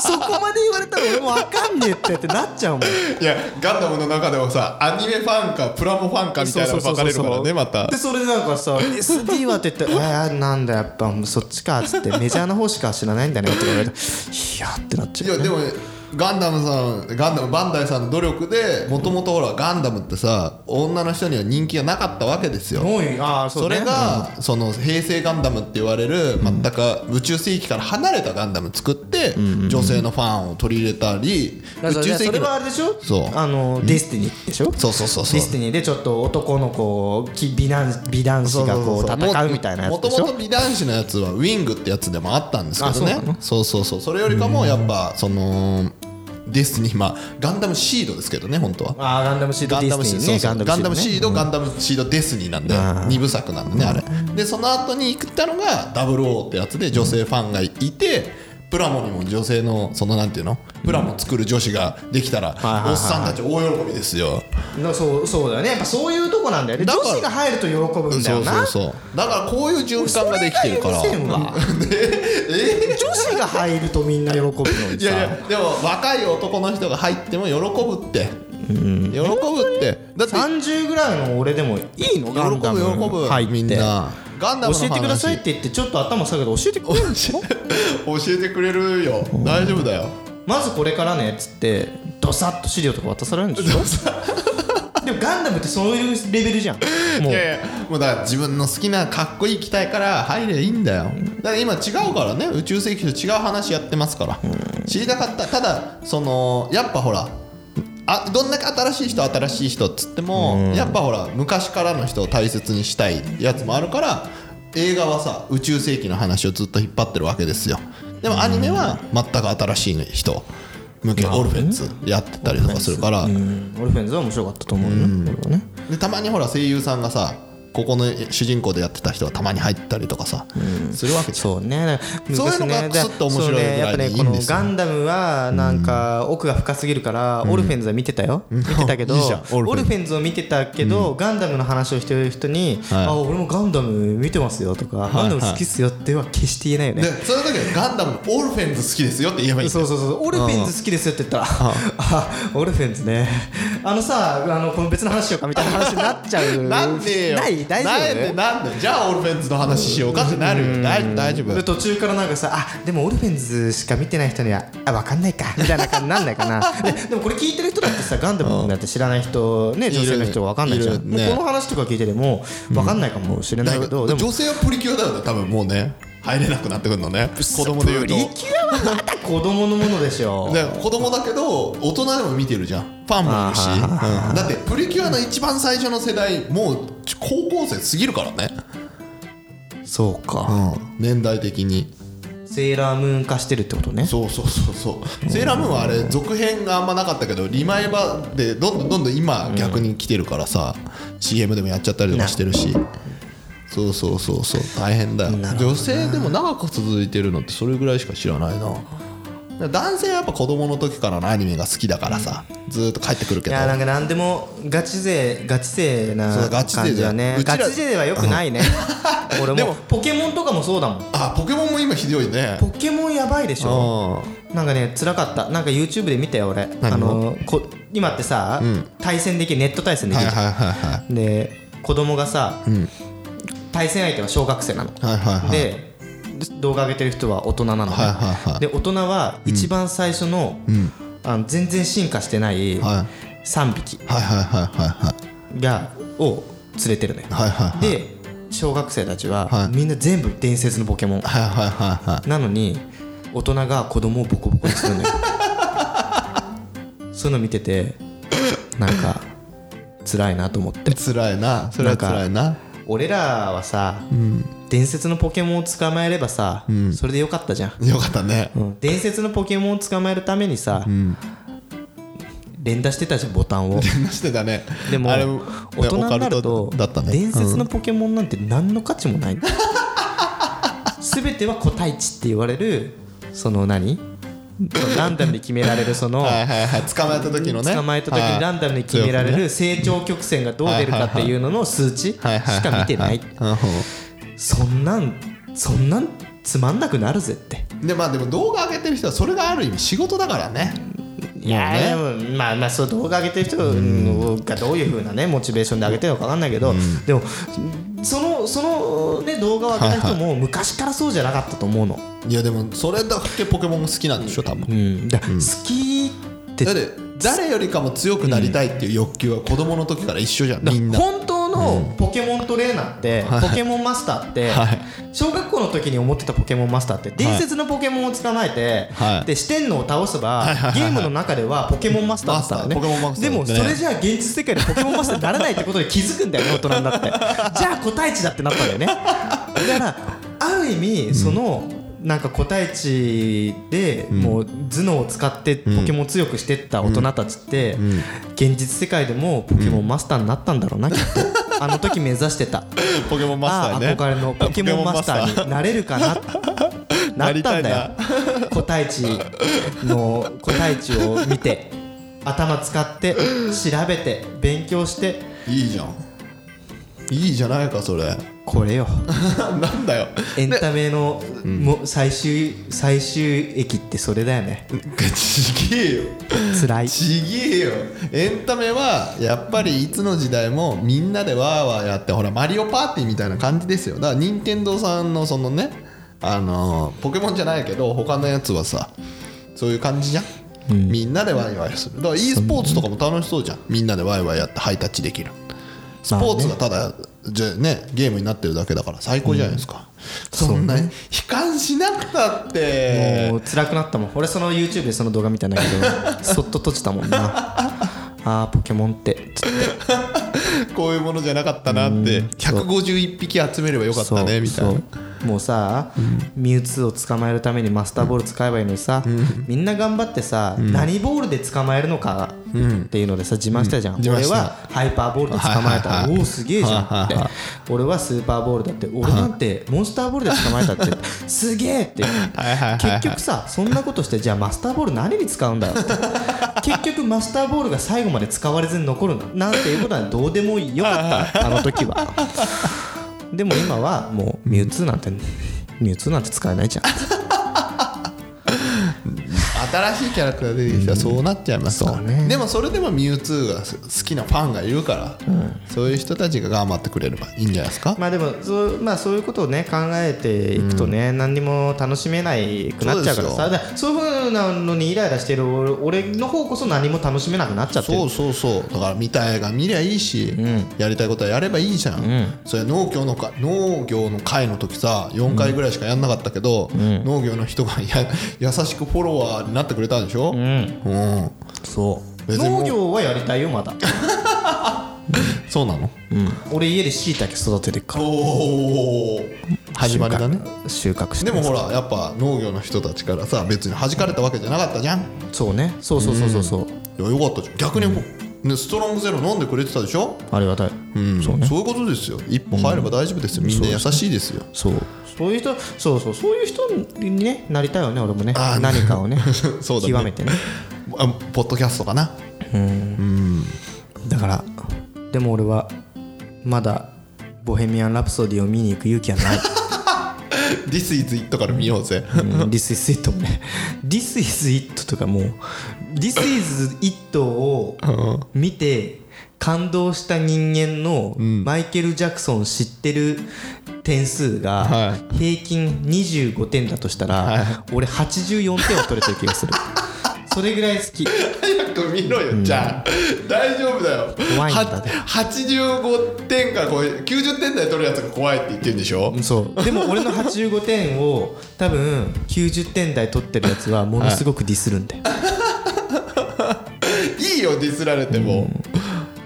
[SPEAKER 3] そこまで言われたら俺も分かんねえってってなっちゃうもん
[SPEAKER 2] いやガンダムの中でもさアニメファンかプラモファンかみたいなの分かれるからねまた
[SPEAKER 3] でそれでなんか さ SD はって言って「ああなんだやっぱもうそっちか」っつ ってメジャーな方しか知らないんだねって言われて「いや」ってなっち
[SPEAKER 2] い
[SPEAKER 3] ゃう
[SPEAKER 2] やでもガンダムさんガンダムバンダイさんの努力でもともとほらガンダムってさ女の人には人気がなかったわけですよ
[SPEAKER 3] もういいああそ
[SPEAKER 2] そう
[SPEAKER 3] ね
[SPEAKER 2] れがその平成ガンダムって言われる全く宇宙世紀から離れたガンダム作って女性のファンを取り入れたり
[SPEAKER 3] だ
[SPEAKER 2] 宇
[SPEAKER 3] から
[SPEAKER 2] 宙世
[SPEAKER 3] それ
[SPEAKER 2] 紀
[SPEAKER 3] は
[SPEAKER 2] の
[SPEAKER 3] あれでしょ
[SPEAKER 2] そう
[SPEAKER 3] あのディスティニーでしょ
[SPEAKER 2] そうそうそうそ
[SPEAKER 3] デ
[SPEAKER 2] う
[SPEAKER 3] ィスティニーでちょっと男の子き美男美男子がこう戦うみたいなやつ
[SPEAKER 2] もと
[SPEAKER 3] でし
[SPEAKER 2] もと
[SPEAKER 3] ょ
[SPEAKER 2] 美男子のやつはウィングってやつでもあったんですけど
[SPEAKER 3] あそうな
[SPEAKER 2] ね
[SPEAKER 3] の
[SPEAKER 2] そうそうそうそれよりかもやっぱそのディスティニーまあガンダムシードですけどね本当は
[SPEAKER 3] あーガンダムシード
[SPEAKER 2] ガ
[SPEAKER 3] デ
[SPEAKER 2] ン
[SPEAKER 3] ィ
[SPEAKER 2] ダ
[SPEAKER 3] ス
[SPEAKER 2] ム
[SPEAKER 3] テ
[SPEAKER 2] シ
[SPEAKER 3] ィ
[SPEAKER 2] ー
[SPEAKER 3] ニ
[SPEAKER 2] ド
[SPEAKER 3] ー
[SPEAKER 2] そうそ
[SPEAKER 3] ね
[SPEAKER 2] うガンダムシー
[SPEAKER 3] ド
[SPEAKER 2] ドガンダムシードデスニーなんで
[SPEAKER 3] あー
[SPEAKER 2] 2部作なんでねあれでその後に行ったのが00ってやつで女性ファンがいてプラモにも女性のそのなんていうのプラモ作る女子ができたら
[SPEAKER 3] いはいはい
[SPEAKER 2] おっさんたち大喜びですよ
[SPEAKER 3] のそうそうだよねやっぱそういうとこなんだよね
[SPEAKER 2] だ
[SPEAKER 3] 女
[SPEAKER 2] から
[SPEAKER 3] 子が入ると喜ぶんだ
[SPEAKER 2] そ
[SPEAKER 3] よ
[SPEAKER 2] うそ
[SPEAKER 3] な
[SPEAKER 2] うそうだからこういう循環ができてるから
[SPEAKER 3] それが許せ んわ女子が入るとみんな喜ぶの
[SPEAKER 2] い
[SPEAKER 3] に
[SPEAKER 2] やい
[SPEAKER 3] さ
[SPEAKER 2] やでも若い男の人が入っても喜ぶって喜ぶってだって
[SPEAKER 3] 30ぐらいの俺でもいいのガンダ
[SPEAKER 2] 喜
[SPEAKER 3] ム
[SPEAKER 2] ぶ喜ぶ
[SPEAKER 3] 入って
[SPEAKER 2] みんなガンダムの話
[SPEAKER 3] 教えてくださいって言ってちょっと頭下げて教えてくれ
[SPEAKER 2] 教え教えてくれるよ大丈夫だよ
[SPEAKER 3] まずこれからねっつってドサッと資料とか渡されるんでしょでもガンダムってそういうレベルじゃんも
[SPEAKER 2] いうやいやもうだから自分の好きなかっこいい機体から入れいいんだよだから今違うからね宇宙世紀と違う話やってますから知りたかったただそのやっぱほらあどんだけ新しい人新しい人っつってもやっぱほら昔からの人を大切にしたいやつもあるから映画はさ宇宙世紀の話をずっと引っ張ってるわけですよでもアニメは全く新しい人向けオルフェンズやってたりとかするから
[SPEAKER 3] うんオルフェンズは面白かったと思うよ俺はね
[SPEAKER 2] でたまにほら声優さんがさここの主人公でやってた人がたまに入ったりとかさ、するわけじゃん
[SPEAKER 3] そうね
[SPEAKER 2] そういうのが
[SPEAKER 3] 難しいね
[SPEAKER 2] クスッと面白いぐらいで
[SPEAKER 3] そうねやっぱね
[SPEAKER 2] いい
[SPEAKER 3] こ
[SPEAKER 2] ん
[SPEAKER 3] の
[SPEAKER 2] ですよ
[SPEAKER 3] ガンダムはなんか奥が深すぎるからオルフェンズは見てたよ見てたけど
[SPEAKER 2] いいじゃんオルフェンズ
[SPEAKER 3] オルフェンズを見てたけどガンダムの話をしてる人に「
[SPEAKER 2] はい
[SPEAKER 3] あ俺もガンダム見てますよ」とか「ガンダム好きっすよ」っては決して言えないよね
[SPEAKER 2] でそういう時はガンダムのオルフェンズ好きですよって言えばいいんだ
[SPEAKER 3] そう
[SPEAKER 2] よ
[SPEAKER 3] そうそうオルフェンズ好きですよって言ったら「あオルフェンズねあのさあのこの別の話しようか」みたいな話になっちゃう
[SPEAKER 2] なんでよ
[SPEAKER 3] ない大丈夫
[SPEAKER 2] なんでなんでじゃあオルフェンズの話しようかってなるよ大大丈夫
[SPEAKER 3] で途中からなんかさあでもオルフェンズしか見てない人にはあ分かんないかみたいな感じなんないか なででもこれ聞いてる人だってさガンダムなんて知らない人ね
[SPEAKER 2] いる
[SPEAKER 3] 女性の人は分かんないじゃん
[SPEAKER 2] いるね
[SPEAKER 3] もうこの話とか聞いてても分かんないかもしれないけど、でも
[SPEAKER 2] 女性はプリキュアだよね多分もうね入れなくなってくるのね子供で言うと
[SPEAKER 3] プリキュアはまだ子供のものでしょ
[SPEAKER 2] で子供だけど大人でも見てるじゃんファンもいるし、うんだってプリキュアの一番最初の世代もう高校生すぎるからね、
[SPEAKER 3] そうか、
[SPEAKER 2] 年代的に
[SPEAKER 3] セーラームーン化してるってことね
[SPEAKER 2] そうそうそうそうセーラームーンはあれ続編があんまなかったけどリマイバーでどんどんどんどん今逆に来てるからさ CM でもやっちゃったりとかしてるしそうそうそうそう大変だよ女性でも長く続いてるのってそれぐらいしか知らないな男性はやっぱ子供の時からのアニメが好きだからさ、ずーっと帰ってくるけ
[SPEAKER 3] い
[SPEAKER 2] ど
[SPEAKER 3] やなんか何でもガチ勢ガチ勢な
[SPEAKER 2] そうガチ勢だよ
[SPEAKER 3] 感じはね
[SPEAKER 2] うちら
[SPEAKER 3] ガチ勢ではよくないね俺
[SPEAKER 2] で
[SPEAKER 3] も
[SPEAKER 2] も
[SPEAKER 3] ポケモンとかもそうだもん
[SPEAKER 2] あポケモンも今ひどいね
[SPEAKER 3] ポケモンやばいでしょなんかね辛かったなんか YouTube で見たよ俺あ
[SPEAKER 2] 何
[SPEAKER 3] のこ今ってさ、
[SPEAKER 2] ん
[SPEAKER 3] 対戦できるネット対戦
[SPEAKER 2] うん
[SPEAKER 3] でき
[SPEAKER 2] はい
[SPEAKER 3] るじゃん、
[SPEAKER 2] はいはいは
[SPEAKER 3] で子供がさ、
[SPEAKER 2] ん
[SPEAKER 3] 対戦相手は小学生なの、
[SPEAKER 2] いはいはいはい
[SPEAKER 3] で動画上げてる人は大人なのね、
[SPEAKER 2] はいはいはい
[SPEAKER 3] で大人は一番最初の,、
[SPEAKER 2] うん
[SPEAKER 3] あの全然進化してない
[SPEAKER 2] は
[SPEAKER 3] 3匹
[SPEAKER 2] はいはいはいはい
[SPEAKER 3] がを連れてるのよ、
[SPEAKER 2] はいはいはい
[SPEAKER 3] で小学生たちは、
[SPEAKER 2] はい
[SPEAKER 3] みんな全部伝説のポケモン
[SPEAKER 2] はいはいはいはい
[SPEAKER 3] なのに大人が子供をボコボコにするのよ そういうの見ててなんか辛いなと思って
[SPEAKER 2] 辛いなそれは辛いな
[SPEAKER 3] 俺らはさ、伝説のポケモンを捕まえればさ、それでよかったじゃん、
[SPEAKER 2] よかったね
[SPEAKER 3] 伝説のポケモンを捕まえるためにさ、
[SPEAKER 2] ん
[SPEAKER 3] 連打してたじゃんボタンを
[SPEAKER 2] してたね
[SPEAKER 3] でも
[SPEAKER 2] あれ
[SPEAKER 3] 大人になる
[SPEAKER 2] オカ
[SPEAKER 3] と
[SPEAKER 2] ルトだったね
[SPEAKER 3] 伝説のポケモンなんて何の価値 もない全ては個体値って言われるそ の何ランダムに決められるその
[SPEAKER 2] はいはいはい捕まえた時のね
[SPEAKER 3] 捕まえた時にランダムに決められる成長曲線がどう出るかっていうのの数値し
[SPEAKER 2] はいはいはい
[SPEAKER 3] か見てない
[SPEAKER 2] はい
[SPEAKER 3] そんなんそんなんつまんなくなるぜって
[SPEAKER 2] うんでまあでも動画上げてる人はそれがある意味仕事だからね
[SPEAKER 3] いやーでもまあまあそう動画上げてる人がどういうふうなねモチベーションで上げてるのか分かんないけどでもそのそのね動画を上げた人も昔からそうじゃなかったと思うの
[SPEAKER 2] いやでもそれだけポケモン好きなんでしょ多分
[SPEAKER 3] うんだから好きって
[SPEAKER 2] だって誰よりかも強くなりたいっていう欲求は子供の時から一緒じゃんみんな
[SPEAKER 3] 本当のポケモントレーナーってポケモンマスターって
[SPEAKER 2] はい
[SPEAKER 3] 小学校の時に思ってたポケモンマスターって伝説のポケモンを捕まえて
[SPEAKER 2] はい
[SPEAKER 3] で四天王を倒せばゲームの中ではポケモンマスターだったのね
[SPEAKER 2] マスターポケモンマスタ
[SPEAKER 3] で
[SPEAKER 2] ーだ
[SPEAKER 3] も
[SPEAKER 2] った
[SPEAKER 3] そ
[SPEAKER 2] ね
[SPEAKER 3] れじゃあ現実世界でポケモンマスターにならないってことに気づくんだよね大人になってじゃあ個体値だってなったんだよねだからある意味そのなんか個体値でもう頭脳を使ってポケモンを強くしてった大人たちって現実世界でもポケモンマスターになったんだろうなきっとあの時目指してた
[SPEAKER 2] ポケモンマスターにね
[SPEAKER 3] ああ憧れのポケモンマスターになれるか ななったんだよ
[SPEAKER 2] な
[SPEAKER 3] 個体値の個体値を見て頭使って調べて勉強して
[SPEAKER 2] いいじゃんいいじゃないかそれ
[SPEAKER 3] これよ
[SPEAKER 2] なんだよ
[SPEAKER 3] エンタメのも最終最終駅ってそれだよね
[SPEAKER 2] ちげえよ
[SPEAKER 3] 辛い
[SPEAKER 2] ちげえよエンタメはやっぱりいつの時代もみんなでワーワーやってほらマリオパーティーみたいな感じですよだから任天堂さんのそのねあのーポケモンじゃないけど他のやつはさそういう感じじゃん、みんなでワイワイするだから e スポーツとかも楽しそうじゃんみんなでワイワイやってハイタッチできるスポーツがただ、じゃね、ゲームになってるだけだから最高じゃないですか、そんなに悲観しなくたって
[SPEAKER 3] もう辛くなったもん俺その YouTube でその動画見たんだけどそっと閉じたもんなあーポケモンってつって
[SPEAKER 2] こういうものじゃなかったなって151匹集めればよかったねみたいな
[SPEAKER 3] そうそうもうさ、ミュウツーを捕まえるためにマスターボール使えばいいのにさ、みんな頑張ってさ、何ボールで捕まえるのかっていうのでさ自慢したじゃん、
[SPEAKER 2] 自慢
[SPEAKER 3] 俺
[SPEAKER 2] した
[SPEAKER 3] はハイパーボールで捕まえ
[SPEAKER 2] はいは
[SPEAKER 3] た
[SPEAKER 2] いはい
[SPEAKER 3] おおすげえじゃんって
[SPEAKER 2] はいは
[SPEAKER 3] 俺はスーパーボールだって俺なんてモンスターボールで捕まえたって すげえって
[SPEAKER 2] はいはいはいはい
[SPEAKER 3] 結局さそんなことしてじゃあマスターボール何に使うんだよ って結局マスターボールが最後まで使われずに残るんだなんていうことはどうでもよかったあの時は。でも今はもうミュウツーなんて、ミュウツーなんて使えないじゃん
[SPEAKER 2] 新しいキャラクター出てきたらそうなっちゃいますから
[SPEAKER 3] そうね
[SPEAKER 2] でもそれでもミュウツーが好きなファンがいるから、そういう人たちが頑張ってくれればいいんじゃないですか、
[SPEAKER 3] まあでもそう,、まあ、そういうことをね考えていくとね、何にも楽しめないくなっちゃうからさ
[SPEAKER 2] そう
[SPEAKER 3] だからそういうふうなのにイライラしてる俺俺の方こそ何も楽しめなくなっちゃってる
[SPEAKER 2] そうそうそうだから見たい映画見りゃいいし、やりたいことはやればいいじゃん、それ農業のか農業の会の時さ4回ぐらいしかやんなかったけど、農業の人がや優しくフォロワーになってくれたんでしょ、うん、
[SPEAKER 3] そう
[SPEAKER 2] 別にもう
[SPEAKER 3] 農業はやりたいよまだ
[SPEAKER 2] そうなの
[SPEAKER 3] 俺家でしいたけ育ててるから
[SPEAKER 2] おお始まりだね
[SPEAKER 3] 収穫して
[SPEAKER 2] でも
[SPEAKER 3] ます
[SPEAKER 2] ほらやっぱ農業の人たちからさ別に弾かれたわけじゃなかったじゃんい
[SPEAKER 3] そうねそうそうそうそうそう
[SPEAKER 2] やよかったじゃん逆にもうね、ストロングゼロ飲んでくれてたでしょ、
[SPEAKER 3] ありがたい、
[SPEAKER 2] うん
[SPEAKER 3] そうね
[SPEAKER 2] そういうことですよ一歩入れば大丈夫ですよ、みんな優しいですよ
[SPEAKER 3] そうそういう人そうそうそういう人に、ね、なりたいよね俺もね
[SPEAKER 2] あー
[SPEAKER 3] 何かを ね
[SPEAKER 2] そうだね
[SPEAKER 3] 極めてね
[SPEAKER 2] あポッドキャストかな
[SPEAKER 3] だからでも俺はまだ「ボヘミアン・ラプソディ」を見に行く勇気は ない
[SPEAKER 2] 「This is it」から見ようぜ
[SPEAKER 3] うん This is it もね「This is it」とかもう「This is it」を見て感動した人間のマイケル・ジャクソン知ってる点数
[SPEAKER 2] は
[SPEAKER 3] が平均25点だとしたら俺84点は取れてる気がするそれぐらい好き
[SPEAKER 2] 早く見ろよ、じゃあ大丈夫だよ
[SPEAKER 3] 怖いんだ
[SPEAKER 2] は85点からこう90点台取るやつが怖いって言ってるんでしょ
[SPEAKER 3] そうでも俺の85点を多分90点台取ってるやつはものすごくディスるんだよ、
[SPEAKER 2] いいよディスられても、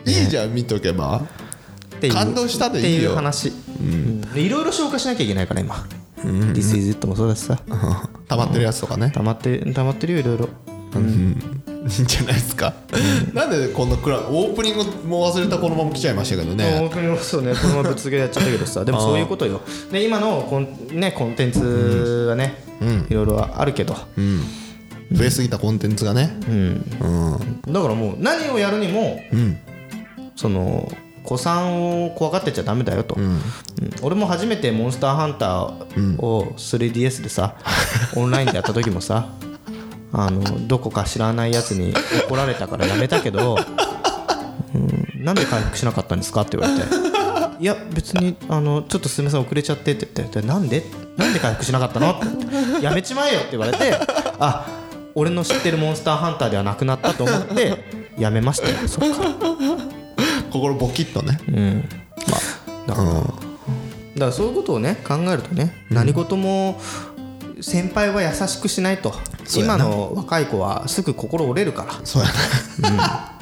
[SPEAKER 2] いいじゃん見とけば
[SPEAKER 3] っていう
[SPEAKER 2] 感動したでいいよ
[SPEAKER 3] っていう話、うんいろいろ消化しなきゃいけないから今「This is it」もそうだしさ
[SPEAKER 2] 溜まってるやつとかね
[SPEAKER 3] 溜まって溜まってるよいろいろ
[SPEAKER 2] いいんじゃないですか、なんでこんな暗いオープニングも忘れたこのまま来ちゃいましたけどね
[SPEAKER 3] オープニングそうねこのままぶつけやっちゃったけどさでもそういうことよで今のコン,、ね、コンテンツはね、いろいろあるけど、
[SPEAKER 2] 増えすぎたコンテンツがね、
[SPEAKER 3] だからもう何をやるにも、その子さんを怖がってちゃダメだよと、うん俺も初めてモンスターハンターを 3DS で さ、オンラインでやった時もさあのどこか知らないやつに怒られたからやめたけど、うん、なんで回復しなかったんですかって言われて「いや別にあのちょっとすみません遅れちゃって」って言ってで「なんでなんで回復しなかったの?」って言って「やめちまえよ」って言われて「あ俺の知ってるモンスターハンターではなくなった」と思ってやめましたよそっから
[SPEAKER 2] 心ボキッとね、
[SPEAKER 3] だから,、だからそういうことをね考えるとね、何事も先輩は優しくしないと
[SPEAKER 2] そうや
[SPEAKER 3] 今
[SPEAKER 2] な
[SPEAKER 3] の若い子はすぐ心折れるから
[SPEAKER 2] そうやな、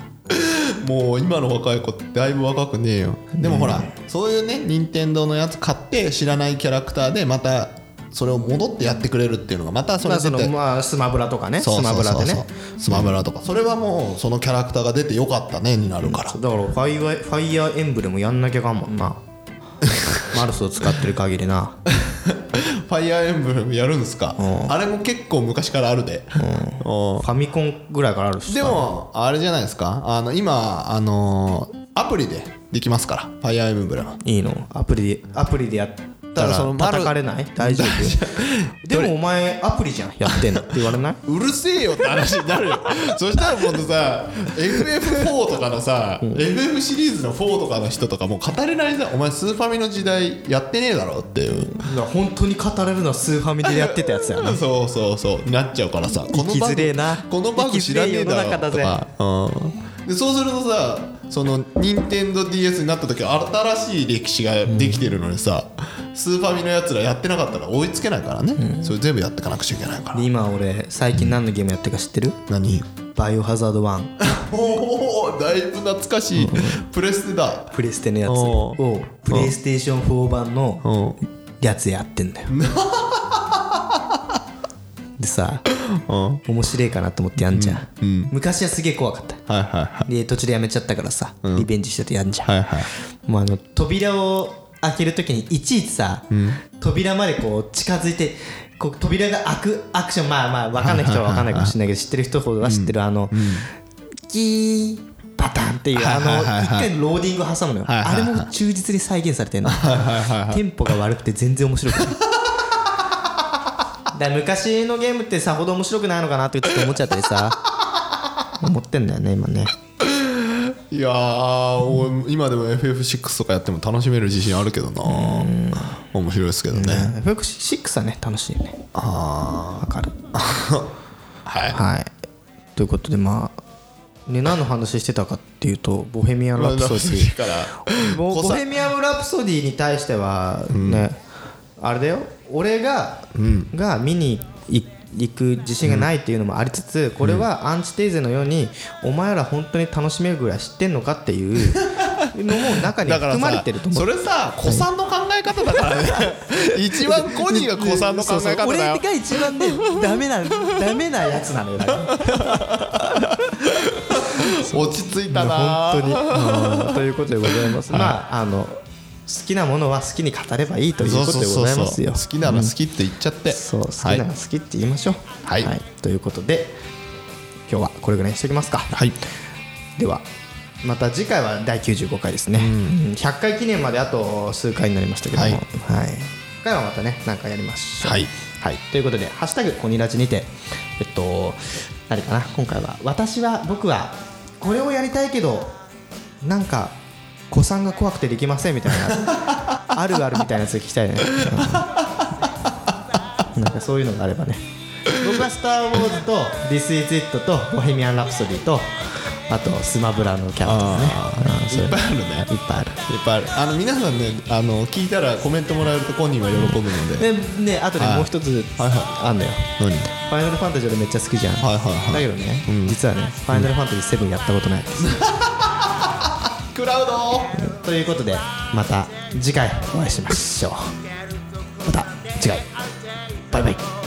[SPEAKER 2] もう今の若い子ってだいぶ若くねえよでもほら、そういうね任天堂のやつ買って知らないキャラクターでまたそれを戻ってやってくれるっていうのがまたそ
[SPEAKER 3] ま
[SPEAKER 2] れ
[SPEAKER 3] あそ
[SPEAKER 2] 出て
[SPEAKER 3] のまあスマブラとかねス
[SPEAKER 2] そうそう
[SPEAKER 3] マ
[SPEAKER 2] そう
[SPEAKER 3] ブ
[SPEAKER 2] そ
[SPEAKER 3] ラ
[SPEAKER 2] う
[SPEAKER 3] でね
[SPEAKER 2] スマブラとか、それはもうそのキャラクターが出てよかったねになるから、
[SPEAKER 3] だからファイアファイヤーエンブレムやんなきゃかんもん なマルスを使ってる限りな
[SPEAKER 2] ファイアーエンブレムやるんですか、あれも結構昔からあるで、うん
[SPEAKER 3] ファミコンぐらいからあるしさ
[SPEAKER 2] でもあれじゃないですかあの今あのアプリでできますからファイアーエンブレム
[SPEAKER 3] いいのアプリでアプリでやった
[SPEAKER 2] だから
[SPEAKER 3] ら
[SPEAKER 2] そのマル
[SPEAKER 3] 叩かれない大丈夫でもお前アプリじゃんやってんのって言われないう
[SPEAKER 2] るせえよって話になるよ そしたら今度さ FF4 とかのさ、FF シリーズの4とかの人とかもう語れないさお前スーファミの時代やってねえだろっていう、
[SPEAKER 3] だから本当に語れるのはスーファミでやってたやつやな
[SPEAKER 2] そうそうそうなっちゃうからさこの
[SPEAKER 3] き
[SPEAKER 2] バ
[SPEAKER 3] づ
[SPEAKER 2] グ
[SPEAKER 3] れえな
[SPEAKER 2] このバグ知らねえだろ
[SPEAKER 3] 生きづ
[SPEAKER 2] と
[SPEAKER 3] れえ世の
[SPEAKER 2] か、うん、でそうするとさその任天堂 d s になった時新しい歴史ができてるのにさ、スーファミのやつらやってなかったら追いつけないからね、それ全部やってかなくちゃいけないから
[SPEAKER 3] 今俺最近何のゲームやってるか知ってる
[SPEAKER 2] 何
[SPEAKER 3] バイオハザード1
[SPEAKER 2] おおだいぶ懐かしいプレステだ
[SPEAKER 3] プレステのやつ
[SPEAKER 2] おう
[SPEAKER 3] をプレイステーション4版の
[SPEAKER 2] うん
[SPEAKER 3] やつやってん だよでさ
[SPEAKER 2] うん
[SPEAKER 3] 面白いかなと思ってやんじゃん、昔はすげえ怖かった
[SPEAKER 2] はいはいはい
[SPEAKER 3] で途中でやめちゃったからさ、リベンジしててやんじゃん、
[SPEAKER 2] はいはい
[SPEAKER 3] もうあの扉を開けるときにいちいちさ、扉までこう近づいてこう扉が開くアクションまあまあ分かんない人は分かんないかもしれないけど知ってる人ほどは知ってるあの、キーパタンっていうあ
[SPEAKER 2] は
[SPEAKER 3] の
[SPEAKER 2] いはいはい
[SPEAKER 3] 一
[SPEAKER 2] はい
[SPEAKER 3] 回のローディングを挟むのよ
[SPEAKER 2] いはい
[SPEAKER 3] あ
[SPEAKER 2] はい
[SPEAKER 3] れも忠実に再現されてるのテンポが悪くて全然面白く ないだから昔のゲームってさほど面白くないのかなってちょっと思っちゃったりさ思ってんだよね今ね
[SPEAKER 2] いやー、お今でも FF6 とかやっても楽しめる自信あるけどな面白いですけどね、
[SPEAKER 3] F6 はね楽しいよねああわかる
[SPEAKER 2] はい
[SPEAKER 3] はい。ということで、まあ、ね、何の話してたかっていうと、ボヘミアン・ラ プソディ。
[SPEAKER 2] から
[SPEAKER 3] ボ
[SPEAKER 2] こさ
[SPEAKER 3] ボヘミアン・ラプソディに対しては、ね、あれだよ、俺が、が見に行行く自信がないっていうのもありつつ、これはアンチテーゼのように、お前ら本当に楽しめるぐらい知ってんのかっていうのも中に
[SPEAKER 2] だから
[SPEAKER 3] 含まれ
[SPEAKER 2] さ
[SPEAKER 3] てると思う
[SPEAKER 2] そ。れさ子さんの考え方だからね一番コニーが子さんの考え
[SPEAKER 3] そうそう
[SPEAKER 2] 方だよ
[SPEAKER 3] 俺が一番ねダメなダメなやつなのよだから
[SPEAKER 2] 落ち着いたな
[SPEAKER 3] 本 当に、うんということでございます、まああの好きなものは好きに語ればいいということでございますよ
[SPEAKER 2] 好きなら好きって言っちゃって、
[SPEAKER 3] そう好き
[SPEAKER 2] はい
[SPEAKER 3] なら好きって言いましょう
[SPEAKER 2] はい
[SPEAKER 3] ということで今日はこれぐらいにしておきますか
[SPEAKER 2] はい
[SPEAKER 3] ではまた次回は第95回ですね、うん100回記念まであと数回になりましたけども、
[SPEAKER 2] は
[SPEAKER 3] はいい今回はまたね何かやりましょう
[SPEAKER 2] はい、
[SPEAKER 3] はいということで「ハッシュタグコニラジ」にてえっと何かな今回は「私は僕はこれをやりたいけどなんか子さんが怖くてできません」みたいな あるあるみたいなやつ聞きたいね、うんなんかそういうのがあればね僕は「スター・ウォーズ」と「This Is It」と「ボヘミアン・ラプソディ」とあと「スマブラ」のキャラ
[SPEAKER 2] あ
[SPEAKER 3] ですね
[SPEAKER 2] いっぱいある
[SPEAKER 3] うん
[SPEAKER 2] ね
[SPEAKER 3] そういうのいっぱいある
[SPEAKER 2] いっぱいあるあの皆さんねあの聞いたらコメントもらえると本人は喜ぶので
[SPEAKER 3] でねあとね
[SPEAKER 2] はい
[SPEAKER 3] もう一つ
[SPEAKER 2] はいはい
[SPEAKER 3] あんのよ
[SPEAKER 2] 何
[SPEAKER 3] ファイナルファンタジー俺めっちゃ好きじゃん、
[SPEAKER 2] はいはいはい
[SPEAKER 3] だけどね、
[SPEAKER 2] うん
[SPEAKER 3] 実はね「ファイナルファンタジー7」やったことないです、
[SPEAKER 2] クラウド
[SPEAKER 3] ということでまた次回お会いしましょうまた次回バイバイ